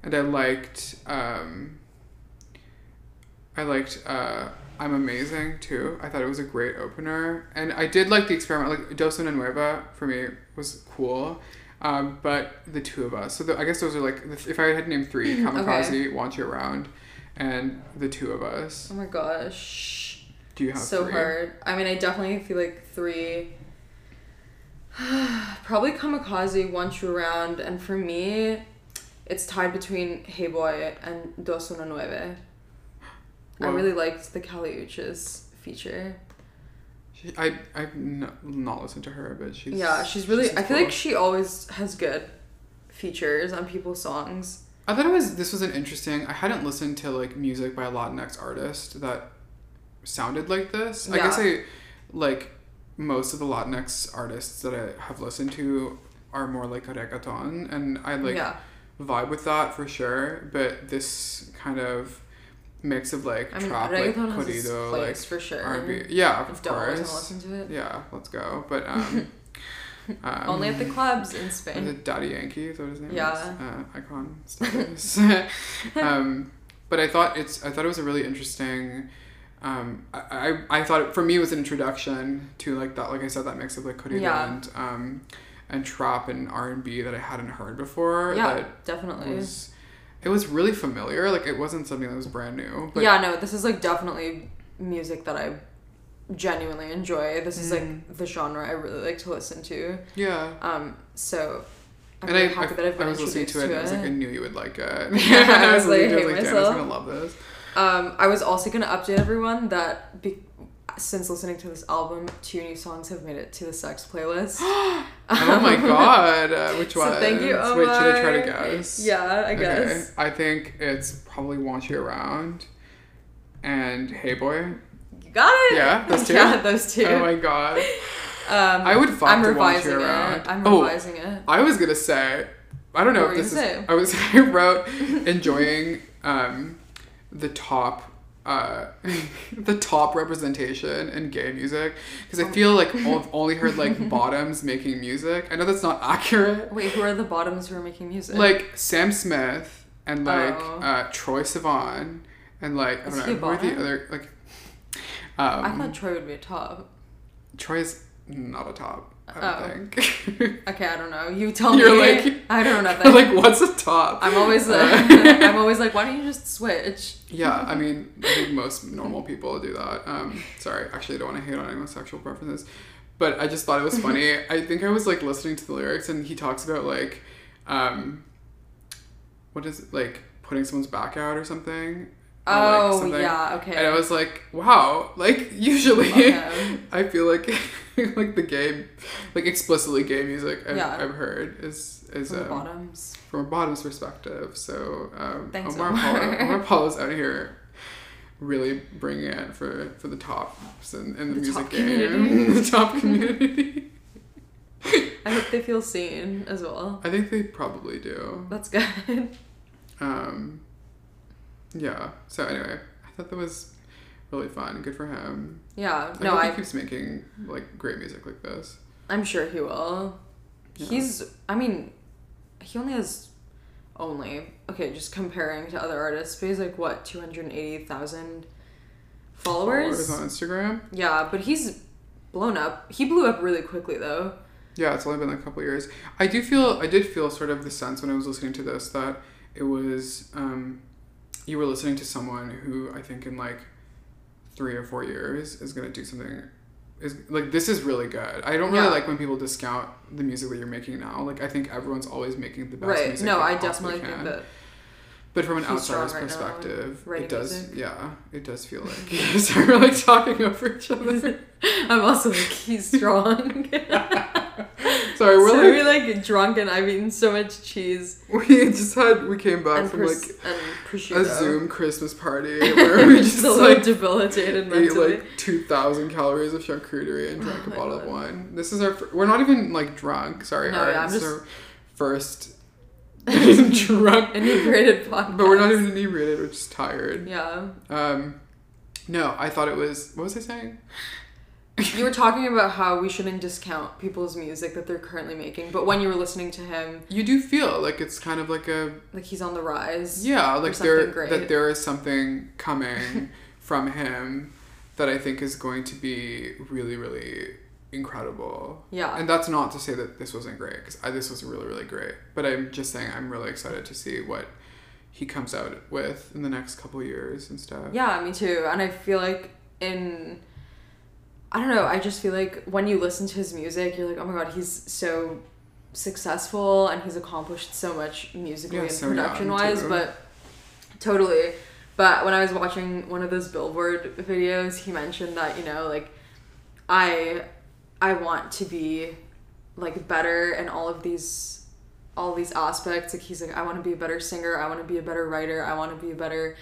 C: and I liked um, I liked uh, I'm Amazing too. I thought it was a great opener, and I did like the experiment. Like Dos Una Nueva for me was cool, um, but the two of us. So the, I guess those are like the th- if I had to name three: Kamikaze, Want You Around, and the two of us.
B: Oh my gosh.
C: Do you have
B: so
C: three?
B: hard. I mean, I definitely feel like three. Probably Kamikaze, Once You Around, and for me, it's tied between Hey Boy and Dos Una Nueve. I
C: Wow.
B: really liked the Caliuchas feature.
C: She- I I've n- not listened to her, but she's
B: yeah, she's really. I
C: cool.
B: feel like she always has good features on people's songs.
C: I thought it was this was an interesting. I hadn't listened to like music by a Latinx artist that sounded like this. I
B: Yeah.
C: guess I like most of the Latinx artists that I have listened to are more like a reggaeton, and I like
B: yeah.
C: vibe with that for sure. But this kind of mix of like
B: I mean,
C: trap, like
B: reggaeton has its
C: corrido, like
B: place for sure.
C: R&B. Yeah,
B: If
C: of
B: don't want to
C: course.
B: listen to it.
C: Yeah, let's go. But um, um
B: Only at the clubs in
C: and the
B: Spain.
C: Daddy Yankee, is that what his name
B: Yeah.
C: is? Uh, icon status. um, but I thought it's I thought it was a really interesting um, I, I, I thought it, for me it was an introduction to like that like I said that mix of like Cody
B: Yeah.
C: and um, and trap and R and B that I hadn't heard before
B: Yeah,
C: that
B: definitely.
C: was it was really familiar like it wasn't something that was brand new but
B: yeah, no, this is like definitely music that I genuinely enjoy. This is
C: Mm.
B: like the genre I really like to listen to.
C: yeah
B: Um, so I'm
C: and
B: really
C: I,
B: happy
C: I,
B: that I've been
C: I was listening
B: introduced
C: to it, and I was like I knew you would like it
B: I was like,
C: listening to it,
B: hate
C: damn, I was
B: myself.
C: gonna love this
B: Um, I was also gonna update everyone that be- since listening to this album, two new songs have made it to the sex playlist.
C: Oh my god, uh, which
B: So
C: one?
B: thank you,
C: Wait, should I try to
B: Omar.
C: guess?
B: yeah, I guess.
C: I think it's probably Want You Around and Hey Boy.
B: You got it.
C: Yeah, those two?
B: Yeah, those two.
C: Oh my god.
B: um,
C: I would fuck
B: I'm
C: to Want
B: revising
C: You Around.
B: it. I'm
C: Oh.
B: revising it.
C: I was gonna say, I don't know
B: What
C: if
B: were
C: this
B: you
C: is.
B: gonna say?
C: I was I wrote enjoying um, the top. Uh, the top representation in gay music because I feel like
B: Oh.
C: I've only heard like bottoms making music. I know that's not accurate,
B: Wait, who are the bottoms who are making music?
C: like Sam Smith and like
B: Oh.
C: uh, Troy Sivan and like I
B: Is
C: don't
B: he
C: know
B: a
C: who are the
B: bottom?
C: other like.
B: I
C: Um,
B: thought Troy would be a top.
C: Troy's not a top. I
B: Oh.
C: don't think.
B: Okay, I don't know. You tell
C: You're
B: me.
C: like-
B: I don't know that.
C: like what's a top?
B: I'm always like,
C: Uh,
B: I'm always like, why don't you just switch?
C: yeah, I mean, I think most normal people do that. Um, sorry, actually, I don't want to hate on anyone's sexual preferences, but I just thought it was funny. I think I was like listening to the lyrics, and he talks about like, um, what is it like putting someone's back out or something. Or, like,
B: Oh
C: something.
B: yeah, okay.
C: And I was like, wow, like usually
B: Okay.
C: I feel like like the gay like explicitly gay music I've,
B: Yeah.
C: I've heard is is
B: From the
C: um,
B: bottoms.
C: from a bottom's perspective. So um
B: Thanks,
C: Omar
B: Omar.
C: Apollo, Omar Apollo's out here really bringing it for for the tops and, and the,
B: The
C: music
B: top
C: game.
B: community.
C: the top community.
B: I hope they feel seen as well.
C: I think they probably do.
B: That's good.
C: Um yeah. So anyway, I thought that was really fun. Good for him.
B: Yeah.
C: I
B: No,
C: hope he
B: I
C: keeps making like great music like this.
B: I'm sure he will.
C: Yeah.
B: He's I mean, he only has only okay, just comparing to other artists, but he's like what, two hundred and eighty thousand followers?
C: on Instagram.
B: Yeah, but he's blown up. He blew up really quickly though.
C: Yeah, it's only been like, a couple years. I do feel I did feel sort of the sense when I was listening to this that it was um, you were listening to someone who I think in like three or four years is gonna do something is like this is really good. I don't really
B: Yeah.
C: like when people discount the music that you're making now. Like I think everyone's always making the best
B: right.
C: music.
B: No,
C: they
B: I
C: possibly
B: definitely
C: can.
B: think that
C: But from an
B: He's strong
C: outsider's
B: right now,
C: perspective,
B: writing
C: it does
B: music.
C: yeah, it does feel like yes, we're like talking over each other.
B: I'm also like he's strong.
C: Sorry, we're
B: so
C: like
B: we're like drunk and I've eaten so much cheese
C: We just had we came back
B: and,
C: from
B: pers-
C: like
B: and prosciutto.
C: a Zoom Christmas party where we just
B: so
C: like ate
B: debilitated mentally.
C: like two thousand calories of charcuterie and drank
B: Oh
C: a
B: my
C: bottle of
B: God.
C: wine. This is our fir- we're not even like drunk. Sorry,
B: No,
C: our,
B: yeah, I'm
C: this is
B: just-
C: our first drunk,
B: inebriated podcast.
C: but we're not even inebriated. We're just tired.
B: Yeah,
C: Um, no, I thought it was what was I saying?
B: you were talking about how we shouldn't discount people's music that they're currently making, but when you were listening to him,
C: You do feel like it's kind of like a
B: like he's on the rise.
C: Yeah, like there
B: something great.
C: that there is something coming from him that I think is going to be really really incredible.
B: Yeah.
C: And that's not to say that this wasn't great cuz this was really really great, but I'm just saying I'm really excited to see what he comes out with in the next couple years and stuff.
B: Yeah, me too. And I feel like in I don't know, I just feel like when you listen to his music, you're like, "Oh my god, he's so successful and he's accomplished so much musically
C: Yeah,
B: and
C: so young,
B: production-wise,
C: too.
B: but totally. But when I was watching one of those Billboard videos, he mentioned that, you know, like I I want to be like better in all of these all these aspects. Like he's like, I want to be a better singer, I want to be a better writer, I want to be a better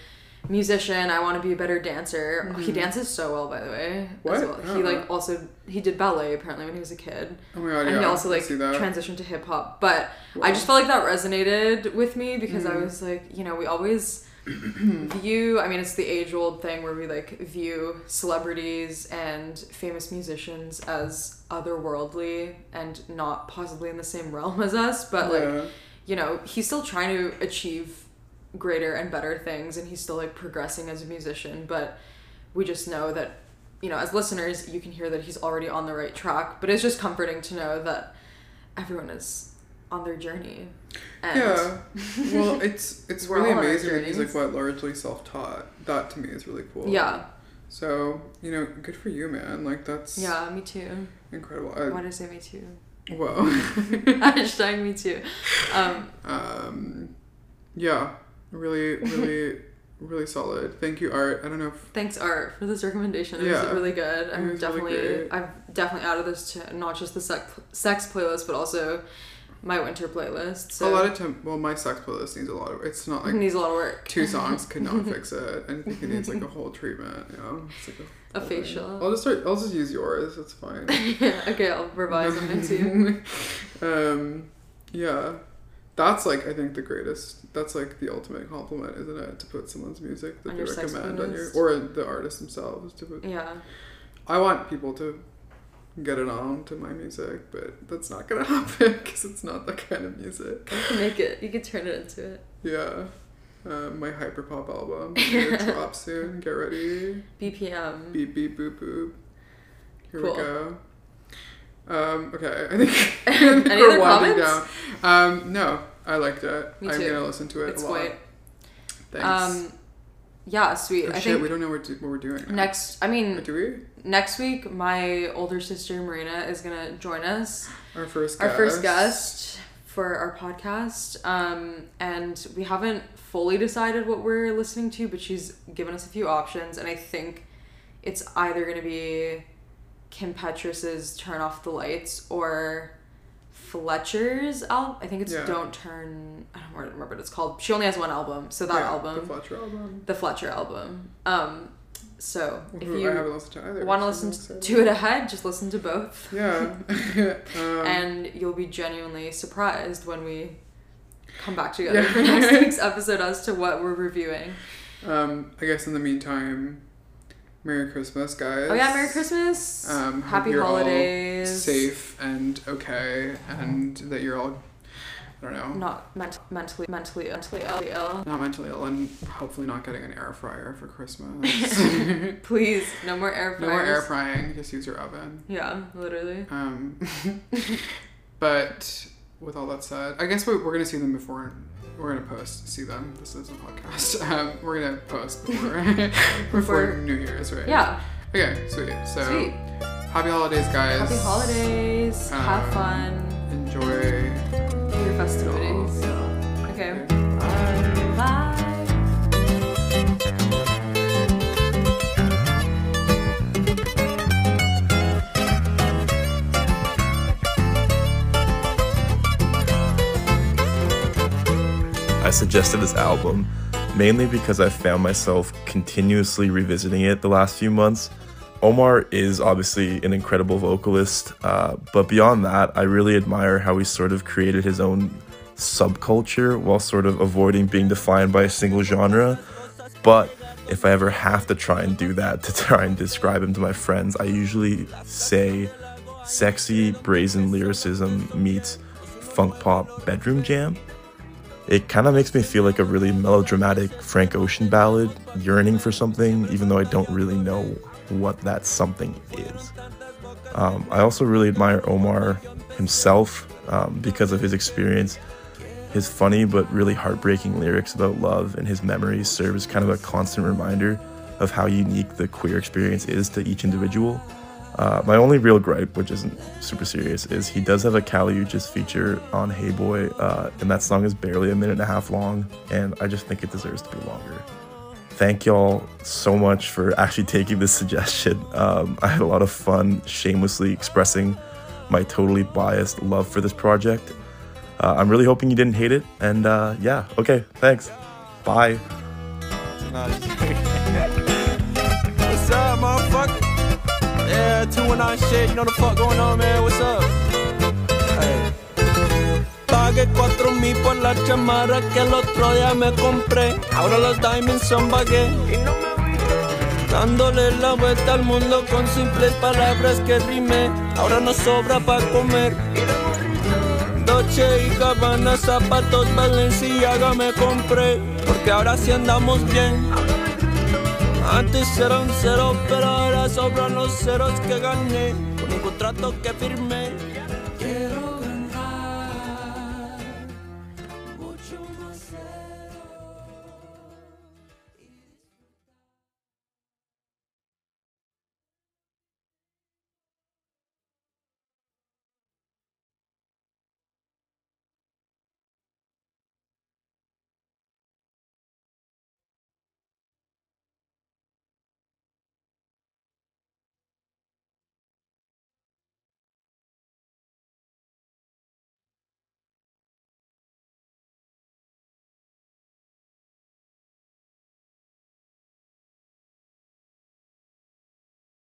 B: musician. I want to be a better dancer. He dances so well, by the way.
C: Mm-hmm. What?
B: As well.
C: Oh.
B: He like also he did ballet apparently when he was a kid.
C: Oh my god, yeah.
B: and he also
C: I
B: like
C: see that.
B: transitioned to hip hop. But
C: Wow. Mm-hmm.
B: I just felt like that resonated with me because I was like, you know, we always view. I mean, it's the age old thing where we like view celebrities and famous musicians as otherworldly and not possibly in the same realm as us. But like,
C: Yeah.
B: you know, he's still trying to achieve greater and better things and he's still like progressing as a musician, but we just know that you know, as listeners, you can hear that he's already on the right track, but it's just comforting to know that everyone is on their journey. And
C: yeah. well, it's it's
B: We're
C: really
B: all on our
C: amazing that he's like
B: journeys.
C: what largely self-taught. That to me is really cool.
B: Yeah,
C: So you know, good for you, man. Like that's
B: yeah, me too.
C: incredible.
B: Why
C: I,
B: did I say me too?
C: whoa.
B: Hashtag me too. Um,
C: um, yeah. Really, really, really solid. Thank you, Art. I don't know if
B: thanks Art for this recommendation. It
C: Yeah.
B: was really good. I'm
C: was really
B: definitely
C: great.
B: I've definitely added this to not just the sex, sex playlist but also my winter playlist. So
C: a lot of time. Well, my sex playlist needs a lot of. It's not
B: it
C: like
B: needs a lot of work.
C: two songs could not fix it. I think it needs like a whole treatment. You know, it's like a,
B: A
C: whole thing.
B: facial.
C: I'll just start. I'll just use yours. It's fine.
B: okay, I'll revise them next year.
C: um, yeah, that's like I think the greatest. That's like the ultimate compliment, isn't it? To put someone's music that
B: On
C: they
B: your sex
C: recommend on your
B: playlist.
C: or the artist themselves. To put,
B: Yeah.
C: I want people to get it on to my music, but that's not gonna happen because it's not that kind of music.
B: You can make it. You can turn it into it.
C: Yeah. Um, my hyperpop album it drops soon. Get ready.
B: BPM.
C: Beep beep boop boop. Here
B: Cool.
C: we go. Um, okay, I think, I think
B: Any
C: we're
B: other
C: winding
B: comments?
C: down. Um, no, I liked it.
B: Me
C: I'm
B: too.
C: gonna listen to it
B: it's
C: a lot.
B: great.
C: Thanks.
B: Um, yeah, sweet.
C: oh,
B: I
C: shit,
B: think
C: we don't know what, do, what we're doing now.
B: next. I
C: Or
B: mean,
C: Do we?
B: next week, my older sister Marina is gonna join us,
C: Our first
B: our
C: guest.
B: first guest for our podcast. Um, and we haven't fully decided what we're listening to, but she's given us a few options, and I think it's either gonna be Kim Petras's "Turn Off the Lights" or Fletcher's album. I think it's
C: Yeah.
B: "Don't Turn." I don't remember what it's called. She only has one album, so that
C: Yeah, The
B: album,
C: Fletcher album.
B: the Fletcher album. Um, so if
C: Who I
B: you
C: haven't listened to either.
B: want to
C: which is
B: listen
C: exciting.
B: to it ahead, just listen to both,
C: Yeah. um,
B: and you'll be genuinely surprised when we come back together
C: Yeah.
B: for next week's episode as to what we're reviewing.
C: um, I guess in the meantime, Merry Christmas, guys.
B: Oh yeah, Merry Christmas,
C: Um, hope
B: Happy
C: you're all
B: Holidays.
C: safe and okay and that you're all I don't know
B: Not ment- mentally, mentally, mentally ill. ill.
C: not mentally ill and hopefully not getting an air fryer for Christmas.
B: Please, no more air fryers.
C: no more air frying, just use your oven.
B: Yeah, literally.
C: Um, but with all that said, I guess we're, we're gonna see them before we're gonna post see them. This is a podcast. Um, we're gonna post before before,
B: Before-
C: New Year's, right?
B: Yeah,
C: Okay, sweet. So
B: sweet.
C: happy holidays, guys.
B: Happy holidays.
C: um,
B: Have fun.
C: Enjoy.
B: Do your festivities. Okay. Bye.
E: I suggested this album mainly because I found myself continuously revisiting it the last few months. Omar is obviously an incredible vocalist, uh, but beyond that, I really admire how he sort of created his own subculture while sort of avoiding being defined by a single genre. But if I ever have to try and do that to try and describe him to my friends, I usually say sexy, brazen lyricism meets funk pop bedroom jam. It kind of makes me feel like a really melodramatic Frank Ocean ballad, yearning for something, even though I don't really know what that something is. Um, I also really admire Omar himself um, because of his experience. His funny but really heartbreaking lyrics about love and his memories serve as kind of a constant reminder of how unique the queer experience is to each individual. Uh, my only real gripe, which isn't super serious, is he does have a Caliuchis feature on Hey Boy, uh, and that song is barely a minute and a half long, and I just think it deserves to be longer. Thank y'all so much for actually taking this suggestion. Um, I had a lot of fun shamelessly expressing my totally biased love for this project. Uh, I'm really hoping you didn't hate it, and uh, yeah, okay, thanks. Bye.
D: Nice.
A: 219 shit, you know the fuck going on, man, what's up? Hey. Pagué cuatro mil por la chamarra que el otro día me compré. Ahora los diamonds son bagué. Dándole la vuelta al mundo con simples palabras que rimé. Ahora no sobra para comer. Dolce y Gabbana, zapatos Balenciaga me compré. Porque ahora sí andamos bien. Antes era un cero, pero ahora sobran los ceros que gané. Con un contrato que firmé. Quiero